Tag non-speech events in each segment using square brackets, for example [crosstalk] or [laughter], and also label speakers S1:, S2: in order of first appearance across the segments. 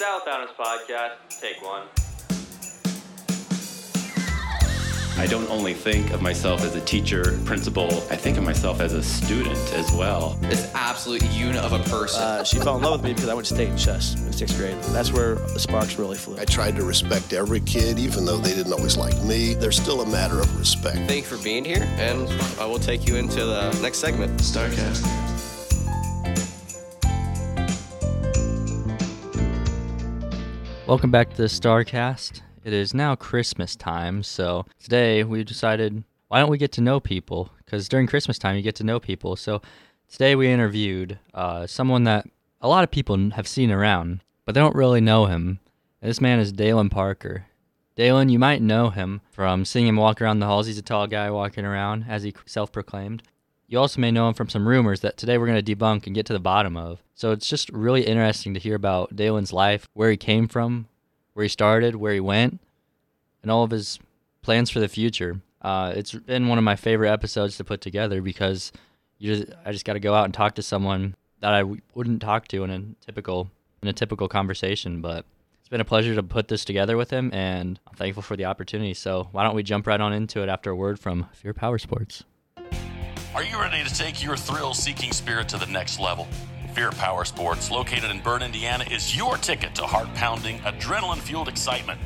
S1: Southbounders Podcast, take one.
S2: I don't only think of myself as a teacher, principal, I think of myself as a student as well.
S3: this absolute unit of a person.
S4: Uh, she fell in love with me because I went to state in chess in sixth grade. That's where the sparks really flew.
S5: I tried to respect every kid, even though they didn't always like me. They're still a matter of respect.
S6: Thank you for being here, and I will take you into the next segment. Starcast.
S7: Welcome back to Starcast. It is now Christmas time, so today we decided why don't we get to know people? Because during Christmas time, you get to know people. So today we interviewed uh, someone that a lot of people n- have seen around, but they don't really know him. And this man is Dalen Parker. Dalen, you might know him from seeing him walk around the halls. He's a tall guy walking around, as he self proclaimed. You also may know him from some rumors that today we're going to debunk and get to the bottom of. So it's just really interesting to hear about Dalen's life, where he came from, where he started, where he went, and all of his plans for the future. Uh, it's been one of my favorite episodes to put together because you just, I just got to go out and talk to someone that I w- wouldn't talk to in a typical in a typical conversation. But it's been a pleasure to put this together with him, and I'm thankful for the opportunity. So why don't we jump right on into it after a word from Fear Power Sports?
S8: Are you ready to take your thrill seeking spirit to the next level? Fear Power Sports, located in Burn, Indiana, is your ticket to heart pounding, adrenaline fueled excitement.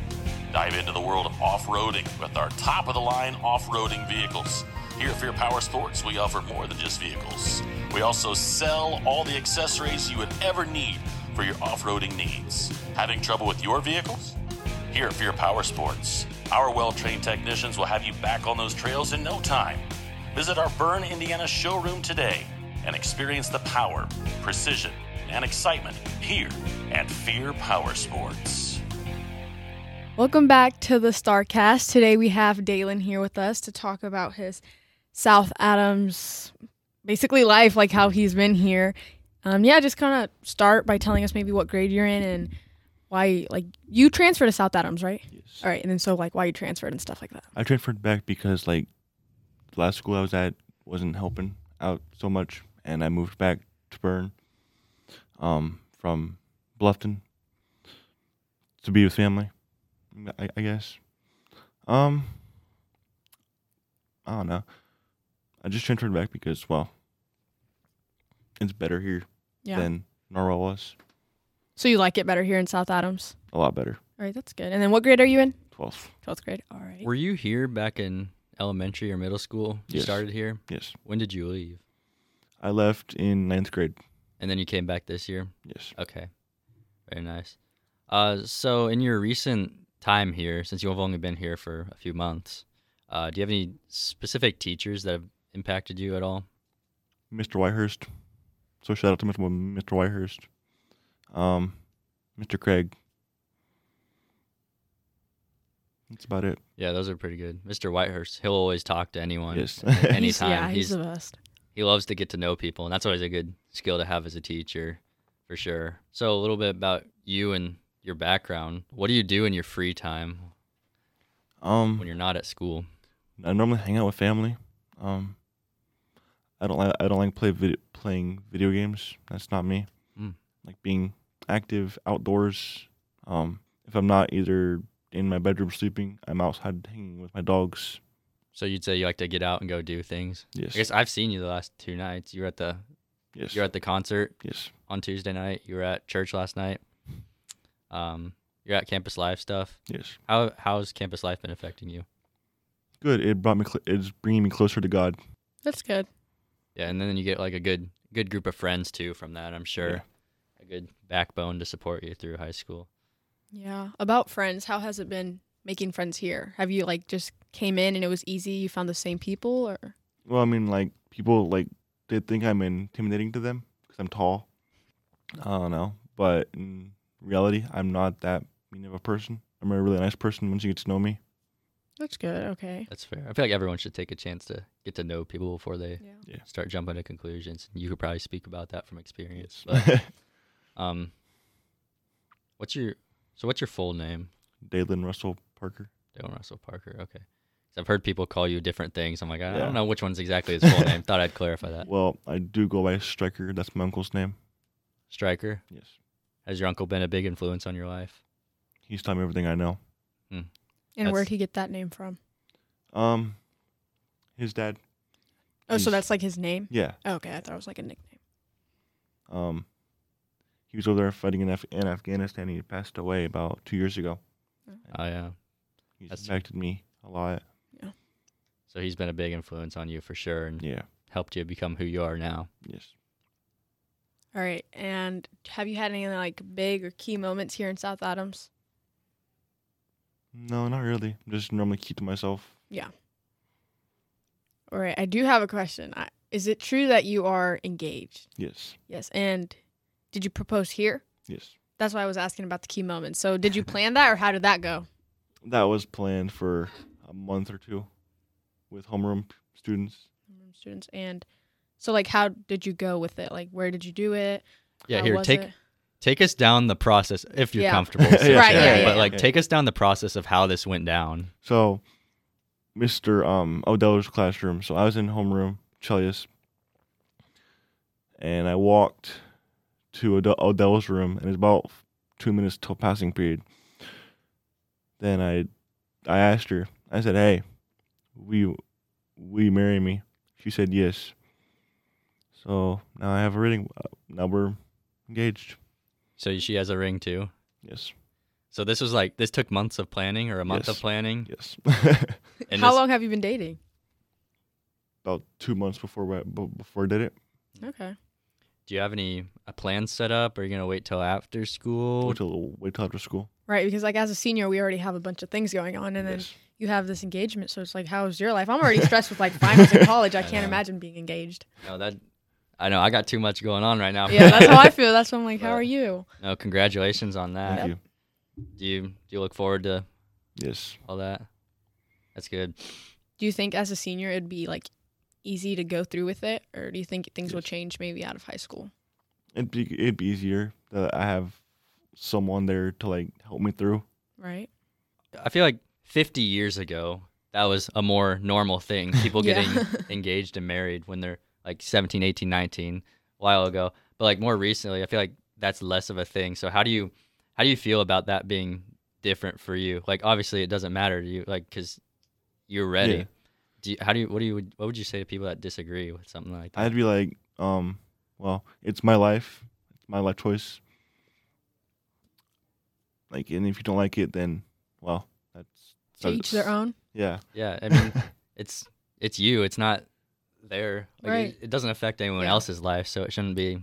S8: Dive into the world of off roading with our top of the line off roading vehicles. Here at Fear Power Sports, we offer more than just vehicles. We also sell all the accessories you would ever need for your off roading needs. Having trouble with your vehicles? Here at Fear Power Sports, our well trained technicians will have you back on those trails in no time. Visit our Burn, Indiana showroom today and experience the power, precision, and excitement here at Fear Power Sports.
S9: Welcome back to the Starcast. Today we have Dalen here with us to talk about his South Adams basically life, like how he's been here. Um, yeah, just kind of start by telling us maybe what grade you're in and why, like, you transferred to South Adams, right?
S10: Yes.
S9: All right, and then so like why you transferred and stuff like that.
S10: I transferred back because like the last school I was at wasn't helping out so much, and I moved back to Burn, um, from Bluffton to be with family, I, I guess. Um, I don't know. I just transferred back because well, it's better here
S9: Yeah.
S10: than Norwell was.
S9: So you like it better here in South Adams.
S10: A lot better.
S9: All right, that's good. And then what grade are you in?
S10: Twelfth.
S9: Twelfth grade. All right.
S7: Were you here back in elementary or middle school? You
S10: Yes.
S7: started here.
S10: Yes.
S7: When did you leave?
S10: I left in ninth grade.
S7: And then you came back this year.
S10: Yes.
S7: Okay, very nice. Uh, so in your recent time here, since you've only been here for a few months, uh, do you have any specific teachers that have impacted you at all?
S10: Mr. Whitehurst. So shout out to Mr. Mr. Whitehurst, um, Mr. Craig. That's about it.
S7: Yeah, those are pretty good. Mr. Whitehurst, he'll always talk to anyone.
S10: [laughs] Yes.
S7: at any
S9: He's-
S7: time.
S9: Yeah, he's
S7: He's-
S9: the best.
S7: he loves to get to know people, and that's always a good skill to have as a teacher, for sure. So a little bit about you and your background. What do you do in your free time
S10: Um,
S7: when you're not at school?
S10: I normally hang out with family. Um, I don't like I don't like play vid- playing video games. That's not me.
S7: Mm.
S10: Like being active outdoors. Um, if I'm not either in my bedroom sleeping, I'm outside hanging with my dogs.
S7: So you'd say you like to get out and go do things.
S10: Yes.
S7: I guess I've seen you the last two nights. You were at the
S10: Yes.
S7: you're at the concert
S10: yes.
S7: on Tuesday night. You were at church last night. Um, you're at campus life stuff.
S10: Yes.
S7: How how's campus life been affecting you?
S10: Good. It brought me. Cl- it's bringing me closer to God.
S9: That's good.
S7: Yeah, and then you get like a good good group of friends too from that. I'm sure
S10: Yeah.
S7: a good backbone to support you through high school.
S9: Yeah. About friends, how has it been making friends here? Have you like just came in and it was easy? You found the same people or
S10: Well, I mean, like people like they think I'm intimidating to them because I'm tall. I don't know, but in reality, I'm not that mean of a person. I'm a really nice person once you get to know me.
S9: That's good. Okay.
S7: That's fair. I feel like everyone should take a chance to get to know people before they
S9: Yeah.
S10: Yeah.
S7: start jumping to conclusions. You could probably speak about that from
S10: [laughs]
S7: experience. But
S10: Yes.
S7: um, what's your so what's your full name?
S10: Dalen Russell Parker.
S7: Dylan Russell Parker. Okay. 'Cause I've heard people call you different things. I'm like, I I
S10: Yeah.
S7: don't know which one's exactly his [laughs] full name. Thought I'd clarify that.
S10: Well, I do go by Striker. That's my uncle's name.
S7: Striker.
S10: Yes.
S7: Has your uncle been a big influence on your life?
S10: He's taught me everything I know.
S9: And
S7: That's-
S9: where'd he get that name from?
S10: Um, his dad.
S9: Oh, so
S10: He's-
S9: that's like his name?
S10: Yeah.
S9: Okay, I thought it was like a nickname.
S10: Um, he was over there fighting in, Af- in Afghanistan. He passed away about two years ago.
S7: Oh yeah.
S10: He's
S7: That's-
S10: impacted me a lot.
S7: So he's been a big influence on you for sure and
S10: Yeah.
S7: helped you become who you are now.
S10: Yes.
S9: All right. And have you had any like big or key moments here in South Adams?
S10: No, not really. Just normally keep to myself.
S9: All right. I do have a question. I, is it true that you are engaged?
S10: Yes.
S9: Yes. And did you propose here?
S10: Yes.
S9: That's why I was asking about the key moments. So did you plan that or how did that go?
S10: That was planned for a month or two with homeroom p- students.
S9: Um, Students and so like how did you go with it? Like where did you do it?
S7: Yeah,
S9: How
S7: here
S9: was
S7: take
S9: it?
S7: take us down the process if you're
S9: Yeah. [laughs]
S7: comfortable.
S10: Right,
S7: yeah,
S9: yeah, yeah,
S7: But
S10: yeah.
S7: like
S10: Okay.
S7: take us down the process of how this went down.
S10: So, Mr. Um, Odell's classroom. So I was in homeroom, Chelius, and I walked to Ode- Odell's room, and it's about two minutes till passing period. Then I, I asked her. I said, "Hey, we, we marry me?" She said, "Yes." So now I have a ring. uh, Now we're engaged.
S7: So she has a ring too.
S10: Yes.
S7: So this was like this took months of planning or a month of
S10: Yes.
S7: planning.
S10: Yes.
S7: [laughs]
S10: [laughs]
S7: And
S9: how
S7: this-
S9: long have you been dating?
S10: about two months before we, b- before I did it.
S9: Okay.
S7: Do you have any a plan set up? Are you gonna wait till after school?
S10: Wait till wait till after school.
S9: Right, because like as a senior, we already have a bunch of things going on, and then
S10: Yes.
S9: you have this engagement. So it's like, how's your life?
S7: [laughs]
S9: I'm already stressed with like finals in college. I can't imagine being engaged.
S7: No, that I know I got too much going on right now.
S9: Yeah, that's how I feel. That's why I'm like, how are
S7: Right.
S9: you?
S7: [laughs] no, congratulations on that.
S10: Thank you.
S7: Do you do you look forward to
S10: Yes.
S7: all that? That's good.
S9: Do you think as a senior it'd be like easy to go through with it, or do you think things will change maybe out of high school?
S10: It'd be it'd be easier that I have someone there to like help me through.
S9: Right.
S7: I feel like 50 years ago, that was a more normal thing. People
S9: Yeah.
S7: getting engaged and married when they're like 17, 18, 19, a while ago. But like more recently, I feel like that's less of a thing. So how do you how do you feel about that being different for you? Like obviously it doesn't matter to you like cuz you're ready.
S10: Yeah.
S7: Do you, how do you what do you what would you say to people that disagree with something like that?
S10: I'd be like, um, well, it's my life, it's my life choice. Like, and if you don't like it, then well, that's
S9: To each their own.
S10: Yeah.
S7: yeah, I mean it's it's you. It's not there. Like,
S9: Right.
S7: It, it doesn't affect anyone
S9: Yeah.
S7: else's life, so it shouldn't be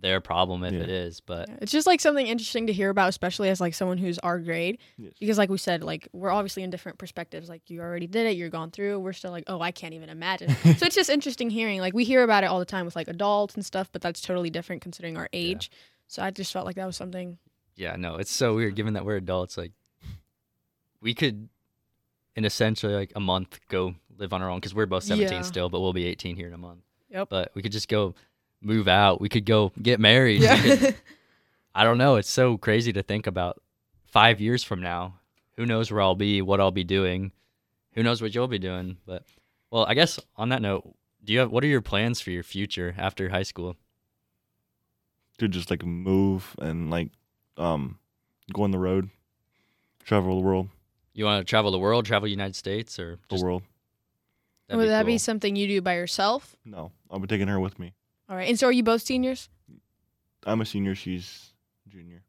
S7: their problem if
S10: Yeah.
S7: it is. But
S9: Yeah, It's just like something interesting to hear about, especially as like someone who's our grade.
S10: [laughs] Yes. [laughs]
S9: Because like we said, like we're obviously in different perspectives. Like you already did it, you're gone through. We're still like, oh, I can't even imagine.
S7: [laughs]
S9: so it's just interesting hearing. Like we hear about it all the time with like adults and stuff, but that's totally different considering our age. So I just felt like that was something.
S7: yeah, no, it's so weird. Given that we're adults, like we could, in essentially like a month, go live on our own because we're both seventeen
S9: Yeah.
S7: still, but we'll be eighteen here in a month.
S9: Yep.
S7: But we could just go move out. We could go get married. We
S9: [laughs]
S7: could- I don't know. It's so crazy to think about. Five years from now, who knows where I'll be, what I'll be doing, who knows what you'll be doing. But well, I guess on that note, do you have what are your plans for your future after high school?
S10: To just like move and like, um, go on the road, travel the world,
S7: You want to travel the world, travel the United States, or
S10: the
S7: just-
S10: world.
S7: that'd
S9: Would that be
S7: cool.
S9: something you do by yourself?
S10: No, I'll be taking her with me.
S9: All right. And so are you both seniors?
S10: I'm a senior. She's junior.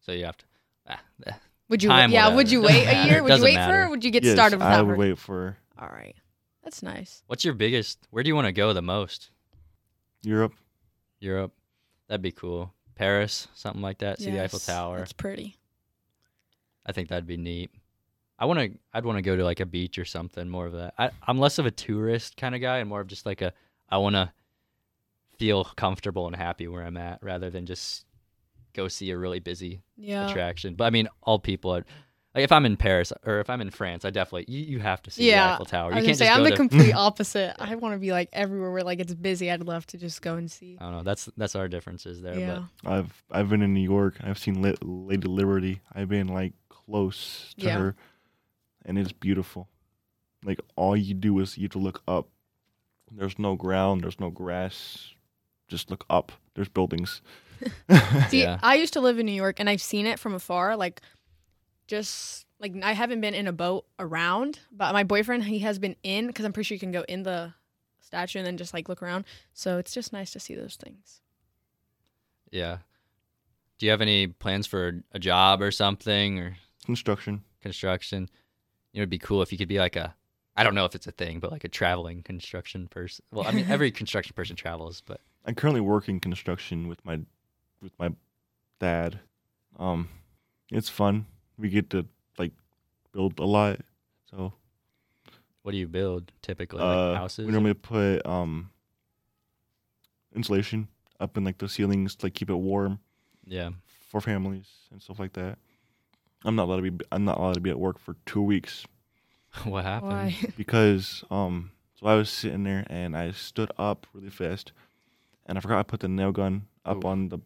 S7: So you have to. ah, eh.
S9: Would you?
S7: Time will
S9: yeah.
S7: matter.
S9: Would you
S7: It doesn't
S9: wait a
S7: matter.
S9: year?
S7: It
S9: Would you
S7: doesn't
S9: wait for her?
S7: matter.
S9: Or would you get
S10: Yes,
S9: started without
S10: I would
S9: her?
S10: wait for her.
S9: All right. That's nice.
S7: What's your biggest? Where do you want to go the most?
S10: Europe.
S7: Europe. That'd be cool. Paris, something like that. See the Eiffel
S9: Yes,
S7: Tower.
S9: That's pretty.
S7: I think that'd be neat. I want to. I'd want to go to like a beach or something. More of that. I, I'm less of a tourist kind of guy and more of just like a. I want to feel comfortable and happy where I'm at, rather than just go see a really busy
S9: Yeah.
S7: attraction. But I mean, all people are. Like if I'm in Paris or if I'm in France, I definitely you, you have to see the
S9: Yeah,
S7: Eiffel Tower.
S9: I
S7: Oh, You
S9: was
S7: can't
S9: gonna say
S7: just go
S9: I'm the
S7: to- [laughs]
S9: complete opposite. I want to be like everywhere where like it's busy. I'd love to just go and see.
S7: I don't know. That's that's our differences there.
S9: yeah.
S7: But
S10: I've I've been in New York. I've seen Lit- Lady Liberty. I've been like close to
S9: Yeah.
S10: her, and it's beautiful. Like all you do is you have to look up. There's no ground. There's no grass. Just look up. There's buildings.
S7: [laughs]
S9: See,
S7: Yeah.
S9: I used to live in New York and I've seen it from afar. Like, just like I haven't been in a boat around, but my boyfriend, he has been in because I'm pretty sure you can go in the statue and then just like look around. So it's just nice to see those things.
S7: Yeah. Do you have any plans for a job or something or
S10: Construction.
S7: construction? You know, it'd be cool if you could be like a, I don't know if it's a thing, but like a traveling construction person. Well, I mean, every construction person travels, but
S10: I currently work in construction with my with my dad. Um, it's fun. We get to like build a lot. So
S7: what do you build typically?
S10: uh,
S7: like houses?
S10: we normally put um insulation up in like the ceilings to like keep it warm
S7: yeah. [laughs]
S10: for families and stuff like that. I'm not allowed to be I'm not allowed to be at work for two weeks
S7: what happened?
S9: Why?
S7: [laughs]
S10: [laughs] because um so I was sitting there and I stood up really fast and I forgot I put the nail gun up on the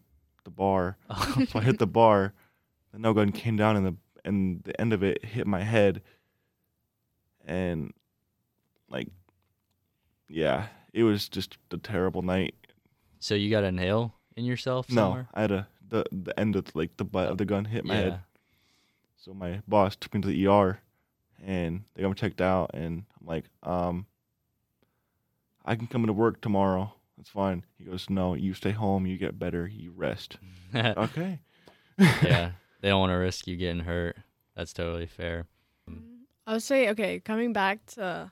S10: the bar. so I hit the bar, the nail gun came down and the and the end of it hit my head and like yeah, it was just a terrible night.
S7: So you got a nail in yourself
S10: No,
S7: somewhere?
S10: I had a the the end of like the butt of the gun hit my
S7: yeah.
S10: head. So my boss took me to the ER, and they got me checked out, and I'm like, um, I can come into work tomorrow. That's fine. He goes, no, you stay home. You get better. You
S7: [laughs]
S10: rest. [laughs] okay.
S7: yeah. They don't want to risk you getting hurt. That's totally fair.
S9: [laughs] I would say, okay, coming back to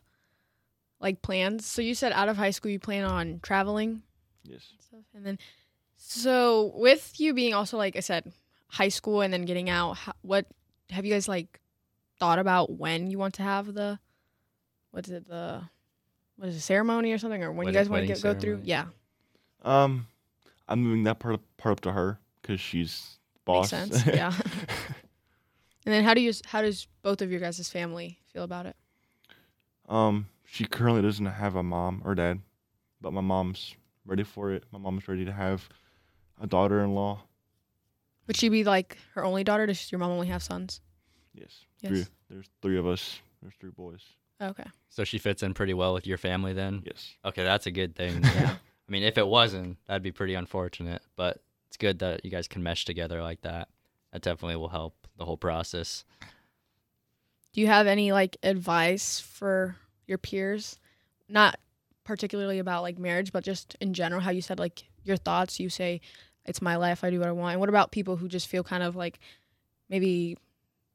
S9: like plans. So you said out of high school, you plan on traveling.
S10: [laughs] Yes.
S9: stuff. And then, so with you being also like I said, high school and then getting out, ho- what have you guys like thought about when you want to have the what is it the what is it ceremony or something or when
S7: Wedding-
S9: you guys want to
S7: wedding
S9: get, go through?
S7: ceremony.
S9: Yeah,
S10: Um, I'm moving that part up, part up to her because she's
S9: makes
S10: boss.
S9: sense. yeah. And then how do you how does both of your guys' family feel about it?
S10: [laughs] Um, she currently doesn't have a mom or dad, but my mom's ready for it. My mom's ready to have a daughter-in-law.
S9: Would she be like her only daughter? Does your mom only have sons?
S10: Yes. Three.
S9: Yes.
S10: There's three of us. There's three boys.
S9: Okay.
S7: So she fits in pretty well with your family then?
S10: Yes.
S7: Okay, that's a good thing.
S9: [laughs] Yeah.
S7: I mean, if it wasn't, that'd be pretty unfortunate, but it's good that you guys can mesh together like that. That definitely will help the whole process.
S9: Do you have any like advice for your peers? Not particularly about like marriage, but just in general, how you said like your thoughts. You say, it's my life, I do what I want. And what about people who just feel kind of like maybe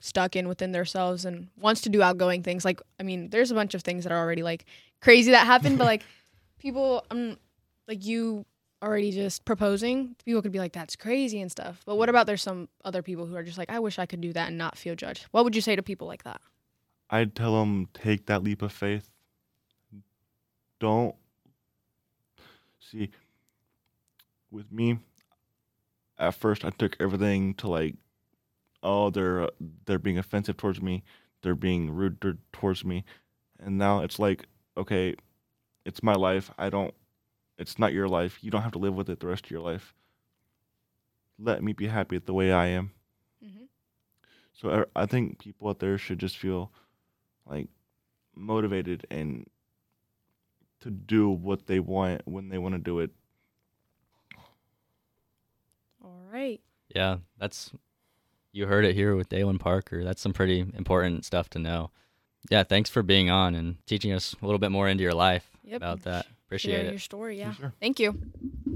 S9: stuck in within themselves and wants to do outgoing things? Like, I mean, there's a bunch of things that are already like crazy that happen, but like people, um, like you already just proposing, people could be like, that's crazy and stuff. But what about there's some other people who are just like, I wish I could do that and not feel judged? What would you say to people like that?
S10: I'd tell them take that leap of faith. Don't see with me. At first, I took everything to like, oh, they're they're being offensive towards me, they're being rude t- towards me, and now it's like, okay, it's my life. I don't. It's not your life. You don't have to live with it the rest of your life. Let me be happy the way I am.
S9: Mhm.
S10: So er, I, I think people out there should just feel like motivated and to do what they want when they want to do it.
S9: All right.
S7: Yeah, that's you heard it here with Dalen Parker. That's some pretty important stuff to know. Yeah, thanks for being on and teaching us a little bit more into your life
S9: Yep.
S7: about that. Appreciate
S9: Share
S7: it.
S9: your story. Yeah.
S10: Sure.
S9: Thank you.